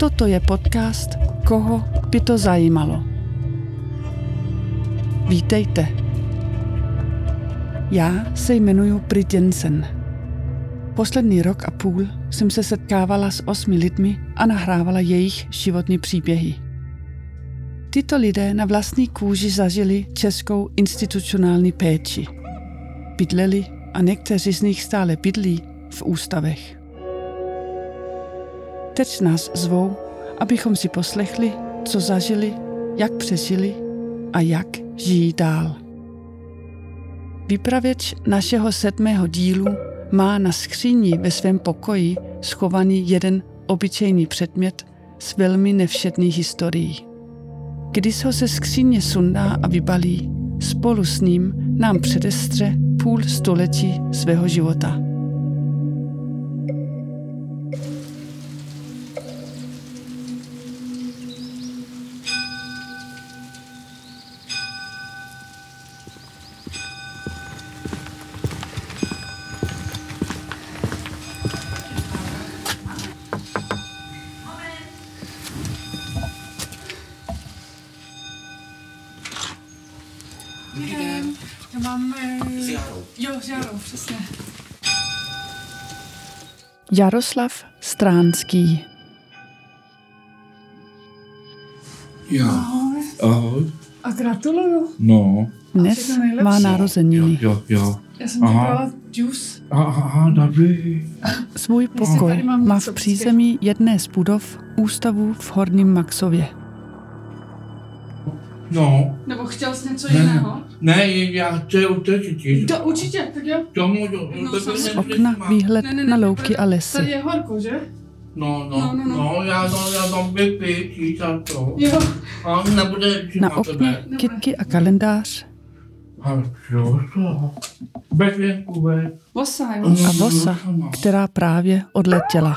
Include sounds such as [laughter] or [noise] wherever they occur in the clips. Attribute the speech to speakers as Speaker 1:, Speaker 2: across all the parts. Speaker 1: Toto je podcast Koho by to zajímalo. Vítejte. Já se jmenuji Brit Jensen. Poslední rok a půl jsem se setkávala s osmi lidmi a nahrávala jejich životní příběhy. Tito lidé na vlastní kůži zažili českou institucionální péči. Bydleli a někteří z nich stále bydlí v ústavech. Teď nás zvou, abychom si poslechli, co zažili, jak přežili a jak žijí dál. Vypravěč našeho sedmého dílu má na skříni ve svém pokoji schovaný jeden obyčejný předmět s velmi nevšedný historií. Když ho se skříně sundá a vybalí, spolu s ním nám předestře půl století svého života.
Speaker 2: Já mám... eh,
Speaker 3: S Jarou.
Speaker 2: Jo, s Jarou, přesně.
Speaker 1: Jaroslav Stránský.
Speaker 3: Jo. Ahoj.
Speaker 2: A gratuluju.
Speaker 3: No.
Speaker 1: Dnes
Speaker 2: Všechno nejlepší.
Speaker 1: má
Speaker 3: Jo,
Speaker 1: narozeniny.
Speaker 3: jo, jo.
Speaker 2: Já jsem ti
Speaker 3: Aha.
Speaker 2: brala juice.
Speaker 3: Aha, aha, dobrý.
Speaker 1: Svůj
Speaker 2: tady
Speaker 1: pokoj
Speaker 2: mám
Speaker 1: má
Speaker 2: něco
Speaker 1: v přízemí jedné z budov ústavu v Horním Maxově.
Speaker 3: No.
Speaker 2: Nebo chtěl jsi něco
Speaker 3: Ne.
Speaker 2: jiného?
Speaker 3: Ne, já chci utečit ti.
Speaker 2: To určitě, tak jo.
Speaker 3: Tomu, do,
Speaker 2: No,
Speaker 3: to
Speaker 2: samozřejmě.
Speaker 3: jsem
Speaker 1: Okna,
Speaker 3: nesmál.
Speaker 1: výhled
Speaker 2: Ne, ne, ne,
Speaker 1: na louky a
Speaker 2: Tady
Speaker 1: lesy.
Speaker 2: je horko, že?
Speaker 3: No,
Speaker 2: No,
Speaker 3: no,
Speaker 2: no, no.
Speaker 3: no, já, no, já tam vypětí za to.
Speaker 2: Jo.
Speaker 3: A on nebude čím
Speaker 1: Na okně kytky a kalendář
Speaker 3: A co to? Bez věnku, bez.
Speaker 2: Osaj,
Speaker 3: Mhm.
Speaker 1: a vosa, která právě odletěla.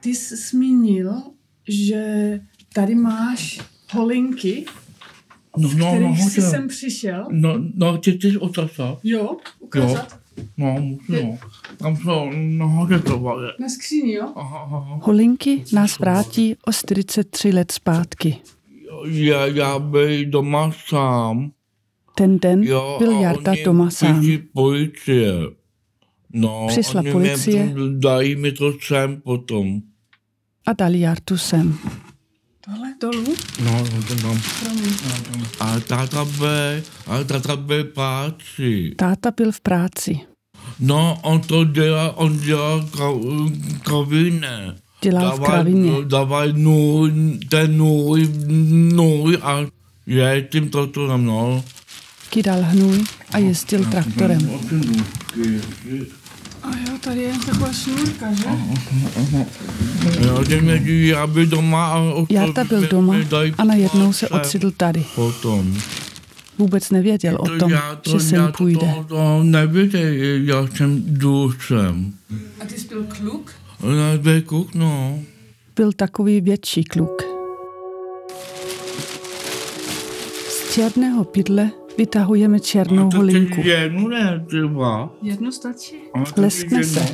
Speaker 2: Ty jsi zmínil, že tady máš holinky,
Speaker 3: No, no, no,
Speaker 2: kterých jsi
Speaker 3: hotel.
Speaker 2: sem přišel.
Speaker 3: No, no, ty jsi otázal?
Speaker 2: Jo, ukázat.
Speaker 3: No, můžu, no. Tam jsou no, nahodetovali.
Speaker 2: Na skříni, jo?
Speaker 3: Aha, aha.
Speaker 1: Holinky nás vrátí o 43 let zpátky.
Speaker 3: Já, já byl doma sám.
Speaker 1: Ten den
Speaker 3: Jo,
Speaker 1: byl
Speaker 3: a
Speaker 1: Jarda
Speaker 3: oni Mhm.
Speaker 1: doma sám.
Speaker 3: přišli policie. No,
Speaker 1: Přišla
Speaker 3: oni
Speaker 1: policie?
Speaker 3: Mě dají mi to sem potom.
Speaker 1: A dali Jardu sem.
Speaker 2: Tohle dolů?
Speaker 3: No, no, to tam.
Speaker 2: Promiň.
Speaker 3: A táta byl, a táta byl páči.
Speaker 1: Táta byl v práci.
Speaker 3: No, on to dělá, on dělá kaviné.
Speaker 1: Dělal v kravině.
Speaker 3: no- Dávaj nůj, ten nůj, nůj a je tím toto no. na mnou.
Speaker 1: Kydal hnůj a jezdil
Speaker 3: No,
Speaker 1: traktorem.
Speaker 2: A jo, tady je taková šňůrka, že?
Speaker 3: Já jsem jedí, já byl doma a o to
Speaker 1: Jarda byl
Speaker 3: mi-
Speaker 1: doma
Speaker 3: mi dají
Speaker 1: a najednou se
Speaker 3: sem.
Speaker 1: ocitl tady.
Speaker 3: Potom.
Speaker 1: Vůbec nevěděl o tom,
Speaker 3: já to,
Speaker 1: že
Speaker 3: já
Speaker 1: sem
Speaker 3: to,
Speaker 1: půjde.
Speaker 3: To, to nevíte, já jsem důcem.
Speaker 2: A ty jsi byl kluk?
Speaker 3: Já byl kluk, no.
Speaker 1: Byl takový větší kluk. Z černého pidle vytahujeme černou
Speaker 3: to ty
Speaker 1: holinku.
Speaker 3: jednu ne, ty dva.
Speaker 2: Jedno stačí.
Speaker 3: A to ty
Speaker 1: Leskne
Speaker 3: jednu.
Speaker 1: se.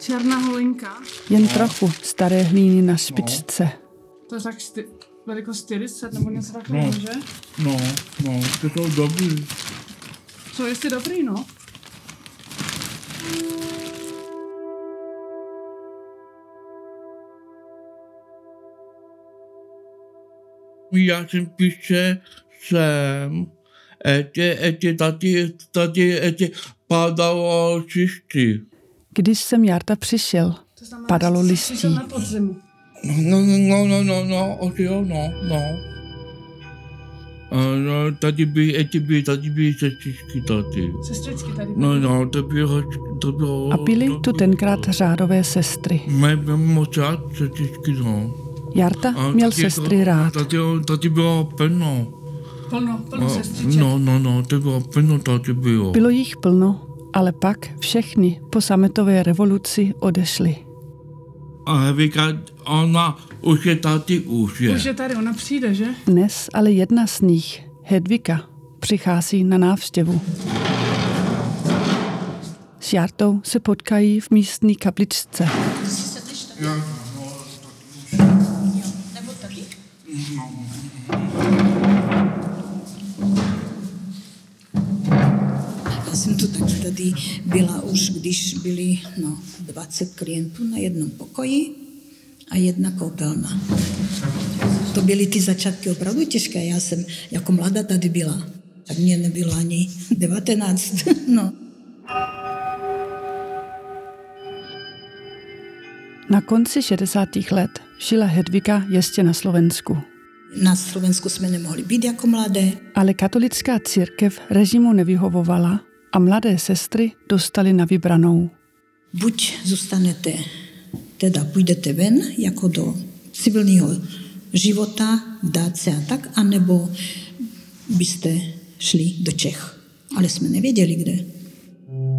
Speaker 2: Černá holinka.
Speaker 1: Jen trochu staré hlíny na špičce.
Speaker 2: To je tak čty- velikost 40 nebo něco takového,
Speaker 3: No.
Speaker 2: že?
Speaker 3: No, no, ty to dobrý.
Speaker 2: Co jestli dobrý, no?
Speaker 3: Já jsem píše sem. Etě, etě, tady, tady, etě, padalo čišti.
Speaker 1: Když sem Jarda přišel,
Speaker 2: To znamená,
Speaker 1: Padalo
Speaker 2: že jsi
Speaker 1: listí.
Speaker 2: přišel na podzimu.
Speaker 3: No, no, no, no, no, no, ok, oh, jo, no, no. A no, tady by, eti by, tady by sestřičky tady.
Speaker 2: Sestřičky tady.
Speaker 3: No, no, to bylo, to bylo...
Speaker 1: a byly
Speaker 3: to
Speaker 1: tu
Speaker 3: bylo-
Speaker 1: tenkrát řádové sestry.
Speaker 3: My byli moc rád sestřičky, no.
Speaker 1: Jarda
Speaker 3: A
Speaker 1: měl
Speaker 3: taky to-
Speaker 1: sestry rád.
Speaker 3: Tady, tady bylo plno.
Speaker 2: Plno, plno
Speaker 3: No,
Speaker 2: sestřiček.
Speaker 3: no, no, no, to bylo plno, tady bylo.
Speaker 1: Bylo jich plno, ale pak všechny po sametové revoluci odešly.
Speaker 3: A říká, ona už je tady, už je.
Speaker 2: Už je tady, ona přijde, že?
Speaker 1: Dnes ale jedna z nich, Hedvika, přichází na návštěvu. S Jartou se potkají v místní kapličce.
Speaker 4: Já jsem to taky tady byla už, když byli no, 20 klientů na jednom pokoji a jedna koupelna. To byly ty začátky opravdu těžké. Já jsem jako mladá tady byla. Tak mě nebylo ani 19. [laughs] No.
Speaker 1: Na konci 60. let žila Hedvika ještě na Slovensku.
Speaker 4: Na Slovensku jsme nemohli být jako mladé.
Speaker 1: Ale katolická církev režimu nevyhovovala a mladé sestry dostali na vybranou.
Speaker 4: Buď zůstanete, teda půjdete ven jako do civilního života, dáce a tak, anebo byste šli do Čech. Ale jsme nevěděli, kde.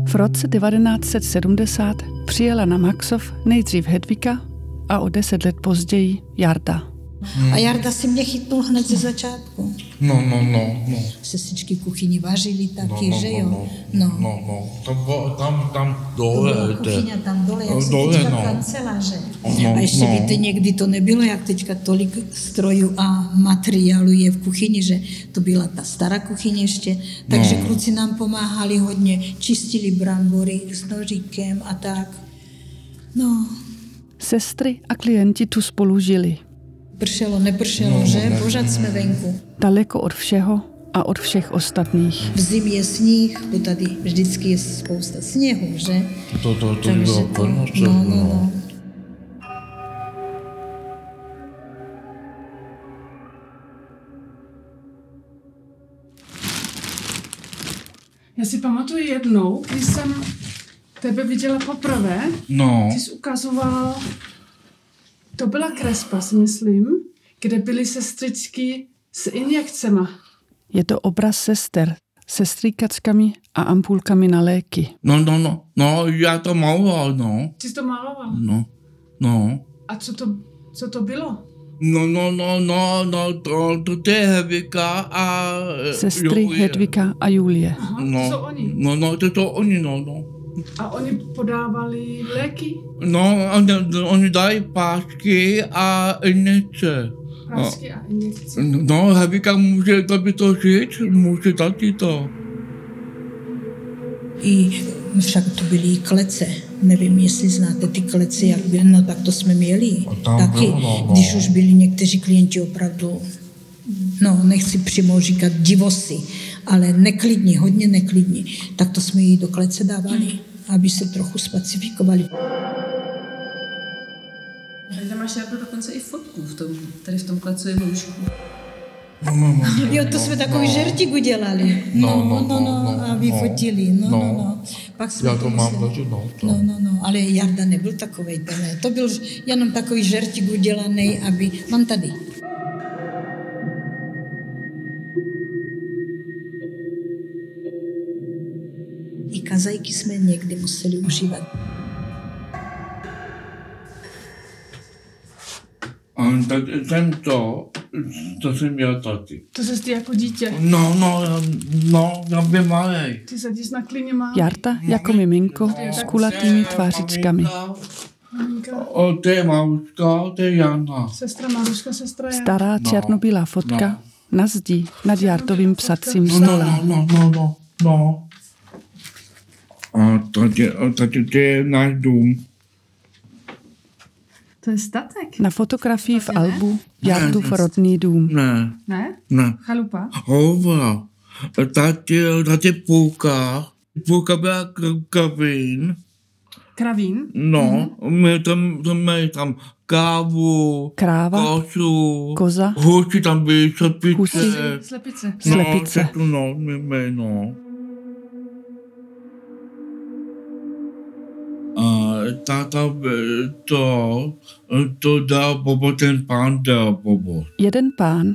Speaker 1: V roce 1970 přijela na Maxov nejdřív Hedvika a o deset let později Jarda.
Speaker 3: Hmm.
Speaker 4: A Jarda si mě chytnul hned ze začátku.
Speaker 3: No, no, no, no.
Speaker 4: Sestřičky v kuchyni vařili
Speaker 3: No,
Speaker 4: taky,
Speaker 3: no,
Speaker 4: že
Speaker 3: no,
Speaker 4: jo?
Speaker 3: no, no, no. Tam, bo- tam, tam dole.
Speaker 4: To byla kuchyně tam dole,
Speaker 3: No,
Speaker 4: jak se
Speaker 3: dole,
Speaker 4: teďka
Speaker 3: no.
Speaker 4: kanceláře.
Speaker 3: No,
Speaker 4: a ještě
Speaker 3: no.
Speaker 4: víte, někdy to nebylo, jak teďka tolik strojů a materiálu je v kuchyni, že to byla ta stará kuchyně ještě. Takže
Speaker 3: No.
Speaker 4: kluci nám pomáhali hodně, čistili brambory s noříkem a tak. No,
Speaker 1: Sestry a klienti tu spolu žili,
Speaker 4: pršelo,
Speaker 3: No,
Speaker 4: nepršelo, že? Pořád jsme venku.
Speaker 1: daleko od všeho a od všech ostatních.
Speaker 4: V zimě je sníh, to tady vždycky je spousta sněhu, že?
Speaker 3: To, to, to
Speaker 4: Takže
Speaker 3: bylo
Speaker 4: to, no,
Speaker 3: konoce.
Speaker 4: no, no.
Speaker 2: Já si pamatuju jednou, když jsem tebe viděla poprvé,
Speaker 3: No,
Speaker 2: ty jsi ukazoval, to byla krespa, si myslím, kde byly sestřičky s injekcema.
Speaker 1: Je to obraz sester se stříkačkami a ampulkami na léky.
Speaker 3: no, no, no, no, já to maloval, no,
Speaker 2: Ty jsi to maloval.
Speaker 3: no, no.
Speaker 2: A co to, co to bylo?
Speaker 3: No, no, no, no, no, to, to, to je Hedvika a... eh,
Speaker 1: Sestry
Speaker 3: Julie.
Speaker 1: Hedvika a Julie.
Speaker 2: Aha, no.
Speaker 3: No,
Speaker 2: to jsou oni.
Speaker 3: no, no, to jsou oni, no, no.
Speaker 2: A oni podávali léky,
Speaker 3: No, oni, oni dají pásky a injekce. No,
Speaker 2: prášky a injekce.
Speaker 3: no Hedvika může taky to říct, může taky to.
Speaker 4: I však tu byly i klece. Nevím, jestli znáte ty klece, jak byly, no tak to jsme měli.
Speaker 3: A tam
Speaker 4: Taky,
Speaker 3: bylo, no, no.
Speaker 4: když už byli někteří klienti opravdu, no nechci přímo říkat divosy, ale neklidní, hodně neklidní, tak to jsme jí do klece dávali, aby se trochu spacifikovali.
Speaker 5: Tady máš Jardu dokonce i fotku v tom, tady v tom klecovém lůžku.
Speaker 3: No, no, no.
Speaker 4: Jo, to jsme takový žertík udělali.
Speaker 3: No, no, no,
Speaker 4: no, no,
Speaker 3: no,
Speaker 4: a vyfotili, no,
Speaker 3: no.
Speaker 4: no, no. Pak jsme
Speaker 3: Já to mám
Speaker 4: museli-
Speaker 3: taky, no, to.
Speaker 4: No, no, no, ale Jarda nebyl takový, to ne. To byl jenom takový žertík udělaný, aby... Mám tady. I kazajky jsme někdy museli užívat.
Speaker 3: A tak jsem to, to jsem já taky.
Speaker 2: To jsi ty jako dítě.
Speaker 3: No, no, já- no, já byl malý.
Speaker 2: Ty sedíš na klíně má.
Speaker 1: Jarta jako miminko s kulatými tvářičkami.
Speaker 2: Maminka,
Speaker 3: O, to je Maruška, to je Jana.
Speaker 2: Sestra Maruška, sestra já.
Speaker 1: Stará
Speaker 3: No,
Speaker 1: černobílá fotka na zdi nad Jartovým psacím
Speaker 3: No, no,
Speaker 1: stolem.
Speaker 3: no, no, no, no, no. A tady, a tady to je náš dům.
Speaker 5: To je statek,
Speaker 1: Na fotografii v albu Jartův rodný dům.
Speaker 3: Ne,
Speaker 5: ne?
Speaker 3: ne.
Speaker 5: Chalupa?
Speaker 3: Hovra. Tady, tady půlka. Půlka byla k- kavín.
Speaker 2: Kravín.
Speaker 3: No,
Speaker 1: Mhm.
Speaker 3: my tam, tam mají tam kávu,
Speaker 1: Kráva,
Speaker 3: kosu,
Speaker 1: koza,
Speaker 3: husy tam byly,
Speaker 1: Husy.
Speaker 3: čepice.
Speaker 2: Slepice.
Speaker 1: slepice.
Speaker 3: No, to, no, my, my, no. A táta eh, to, to dal Bobo, ten pán dal Bobo.
Speaker 1: Jeden pán,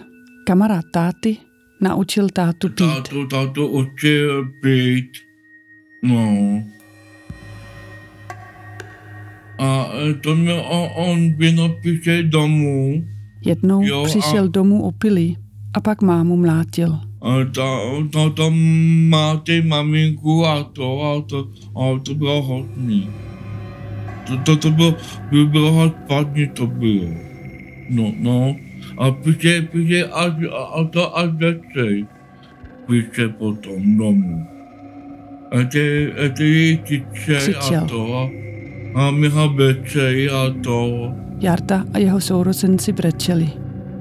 Speaker 1: kamarád táty, naučil tátu pít.
Speaker 3: Tátu, tátu učil pít. No. A eh, to mi on, on vynopíše domů.
Speaker 1: Jednou
Speaker 3: Jo, a-
Speaker 1: přišel domů opilý a pak mámu mlátil.
Speaker 3: a Eh, ta, ta, tam máte maminku a to a to, a to bylo hodný. To, to, to bylo, by bylo hodně to bylo. No, no, a píše, píše až, a, a to až večer. Píše potom domů. A ty, a ty její tiče a
Speaker 1: Křičel.
Speaker 3: to, a my ho večer a to.
Speaker 1: Jarda a jeho sourozenci brečeli.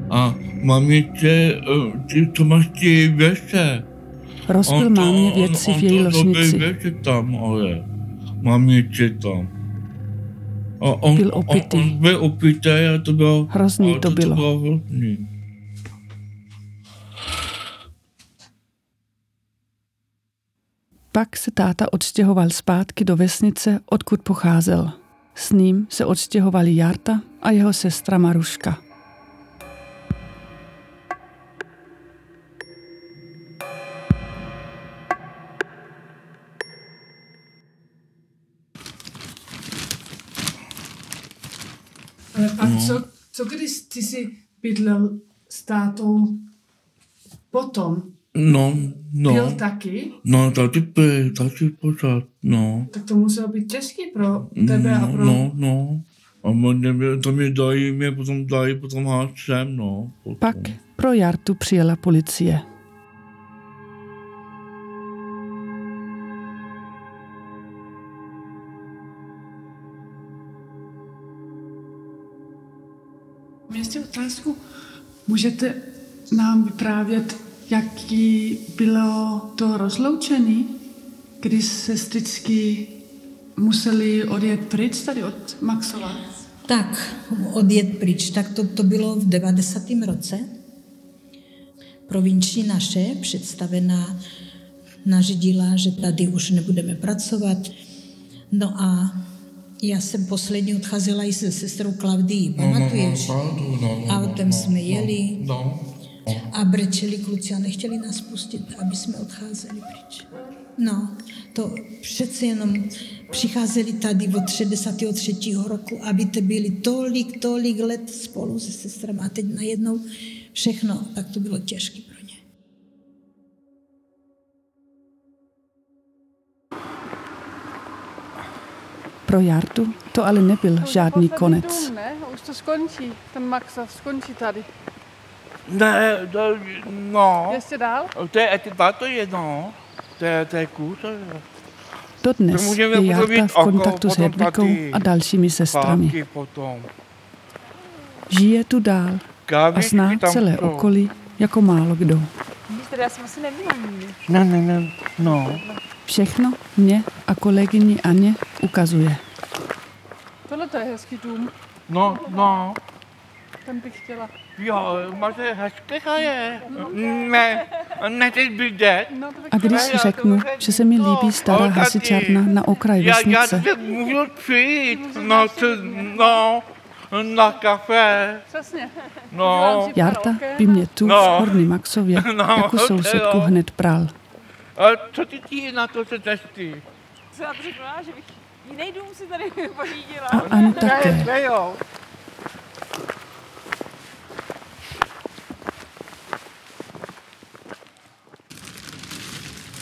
Speaker 3: A mamiče, eh, ty to máš ty věše.
Speaker 1: Rozbil
Speaker 3: On to-
Speaker 1: mámě věci
Speaker 3: on-
Speaker 1: v její
Speaker 3: on to dobil
Speaker 1: ložnici.
Speaker 3: věci tam, ale mamiče tam. A on,
Speaker 1: Byl
Speaker 3: on-
Speaker 1: opitý.
Speaker 3: On, byl opitý a to bylo...
Speaker 1: Hrozný
Speaker 3: a
Speaker 1: to bylo.
Speaker 3: To bylo hrozný.
Speaker 1: Pak se táta odstěhoval zpátky do vesnice, odkud pocházel. S ním se odstěhovali Jarta a jeho sestra Maruška.
Speaker 2: Ale pak
Speaker 3: No.
Speaker 2: co, co když ty jsi bydlel s tátou potom?
Speaker 3: No, no.
Speaker 2: Pil taky?
Speaker 3: No, taky pil, taky pořád, no.
Speaker 2: Tak to muselo být těžké pro tebe a
Speaker 3: no,
Speaker 2: pro...
Speaker 3: no, no. A on mě, to mě dají, mě potom dají, potom háčem, no. Potom.
Speaker 1: Pak pro Jartu přijela policie.
Speaker 2: Mám ještě otázku. Můžete nám vyprávět, jaký bylo to rozloučení, když sestričky museli odjet pryč tady od Maxova?
Speaker 4: Tak, odjet pryč. Tak to, to bylo v 90. roce. Provinční naše, představená, nařídila, že tady už nebudeme pracovat. No a já jsem posledně odcházela i se sestrou Klaudií, pamatuješ?
Speaker 3: Opravdu, no, no,
Speaker 4: Autem
Speaker 3: no,
Speaker 4: jsme
Speaker 3: no,
Speaker 4: jeli.
Speaker 3: No, no.
Speaker 4: A brečeli kluci a nechtěli nás pustit, aby jsme odcházeli pryč. No, to přece jenom přicházeli tady od 63. roku, aby te byli tolik, tolik let spolu se sestrem a teď najednou všechno, tak to bylo těžké pro ně.
Speaker 1: Pro Jartu to ale nebyl žádný konec.
Speaker 6: Dům, ne? Už to skončí, ten Maxov skončí tady.
Speaker 3: Ne, to, no.
Speaker 6: Ještě dál?
Speaker 3: To je, ty dva to jedno. To je, to je kus. To
Speaker 1: Dodnes je
Speaker 3: můžeme
Speaker 1: Jarta
Speaker 3: mluvit
Speaker 1: v
Speaker 3: o ko-
Speaker 1: kontaktu s
Speaker 3: potom
Speaker 1: Hedvikou
Speaker 3: taky.
Speaker 1: a dalšími sestrami.
Speaker 3: Pátky potom.
Speaker 1: Žije tu dál a
Speaker 3: Kávičky
Speaker 1: zná
Speaker 3: tam
Speaker 1: celé
Speaker 3: jsou.
Speaker 1: okolí jako málo kdo.
Speaker 7: Vidíš, tady já jsem asi nebyla nikdy.
Speaker 3: Ne, ne, ne, no.
Speaker 1: Všechno mě a kolegyni Aně ukazuje.
Speaker 6: Tohle to je hezký dům,
Speaker 3: No, no.
Speaker 6: ten bych chtěla.
Speaker 3: Jo, máš je hezké je. Ne, ne, teď bych jde.
Speaker 6: No, to bych
Speaker 1: A když
Speaker 3: Ne, já
Speaker 1: řeknu,
Speaker 3: to
Speaker 1: že se mi líbí stará
Speaker 3: Olga, ty.
Speaker 1: hasičárna na okraji
Speaker 3: Já, já
Speaker 1: vesnice,
Speaker 3: teď můžu přijít. No, to, no. Na kafe.
Speaker 6: Přesně.
Speaker 3: No.
Speaker 1: Jarta by mě tu
Speaker 3: No.
Speaker 1: v Horní Maxově
Speaker 3: [laughs] No,
Speaker 1: jako
Speaker 3: to
Speaker 1: sousedku
Speaker 3: jo.
Speaker 1: hned pral.
Speaker 3: A co ty ti na to se testy?
Speaker 7: Jsem na to řekla, že bych jiný dům si
Speaker 6: [laughs]
Speaker 7: tady pořídila.
Speaker 1: A Anu také.
Speaker 3: Ne, jo.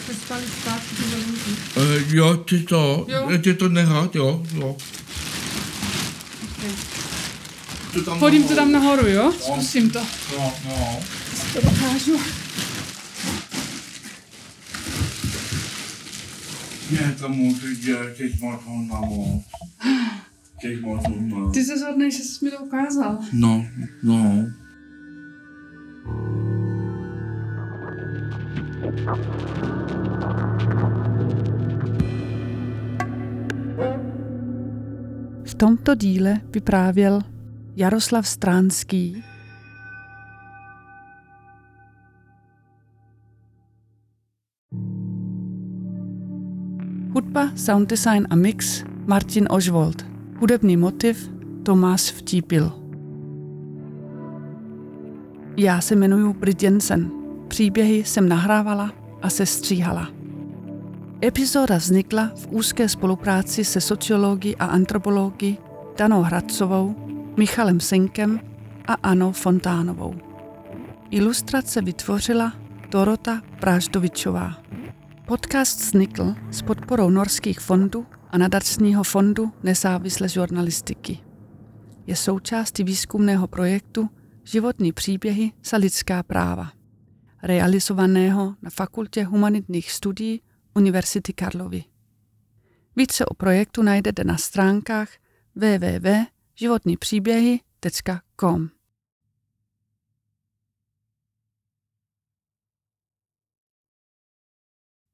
Speaker 2: Jste spali zpátky do rodinky.
Speaker 3: Eh, Jo, ty to,
Speaker 2: Jo.
Speaker 3: ty to nehrát, jo, jo. To tam
Speaker 6: Hodím to
Speaker 3: nahoru.
Speaker 6: tam nahoru, jo? Zkusím to.
Speaker 3: No, no.
Speaker 6: Dokážu.
Speaker 3: Ne, to můžu dělat, teď máš ho na moc. Teď máš ho na
Speaker 6: Ty se zhodnej, že jsi mi to ukázal.
Speaker 3: No, no.
Speaker 1: V tomto díle vyprávěl Jaroslav Stránský, Hudba, sounddesign a mix Martin Ožvold. Hudební motiv Tomáš Vtípil. Já se jmenuji Brit Jensen. Příběhy jsem nahrávala a sestříhala. Epizoda vznikla v úzké spolupráci se sociologi a antropologi Danou Hradcovou, Michalem Senkem a Anou Fontánovou. Ilustrace vytvořila Dorota Bráždovičová. Podcast vznikl s podporou Norských fondů a Nadačního fondu nezávislé žurnalistiky. Je součástí výzkumného projektu Životní příběhy za lidská práva, realizovaného na Fakultě humanitních studií Univerzity Karlovy. Více o projektu najdete na stránkách www.životnipříběhy.com.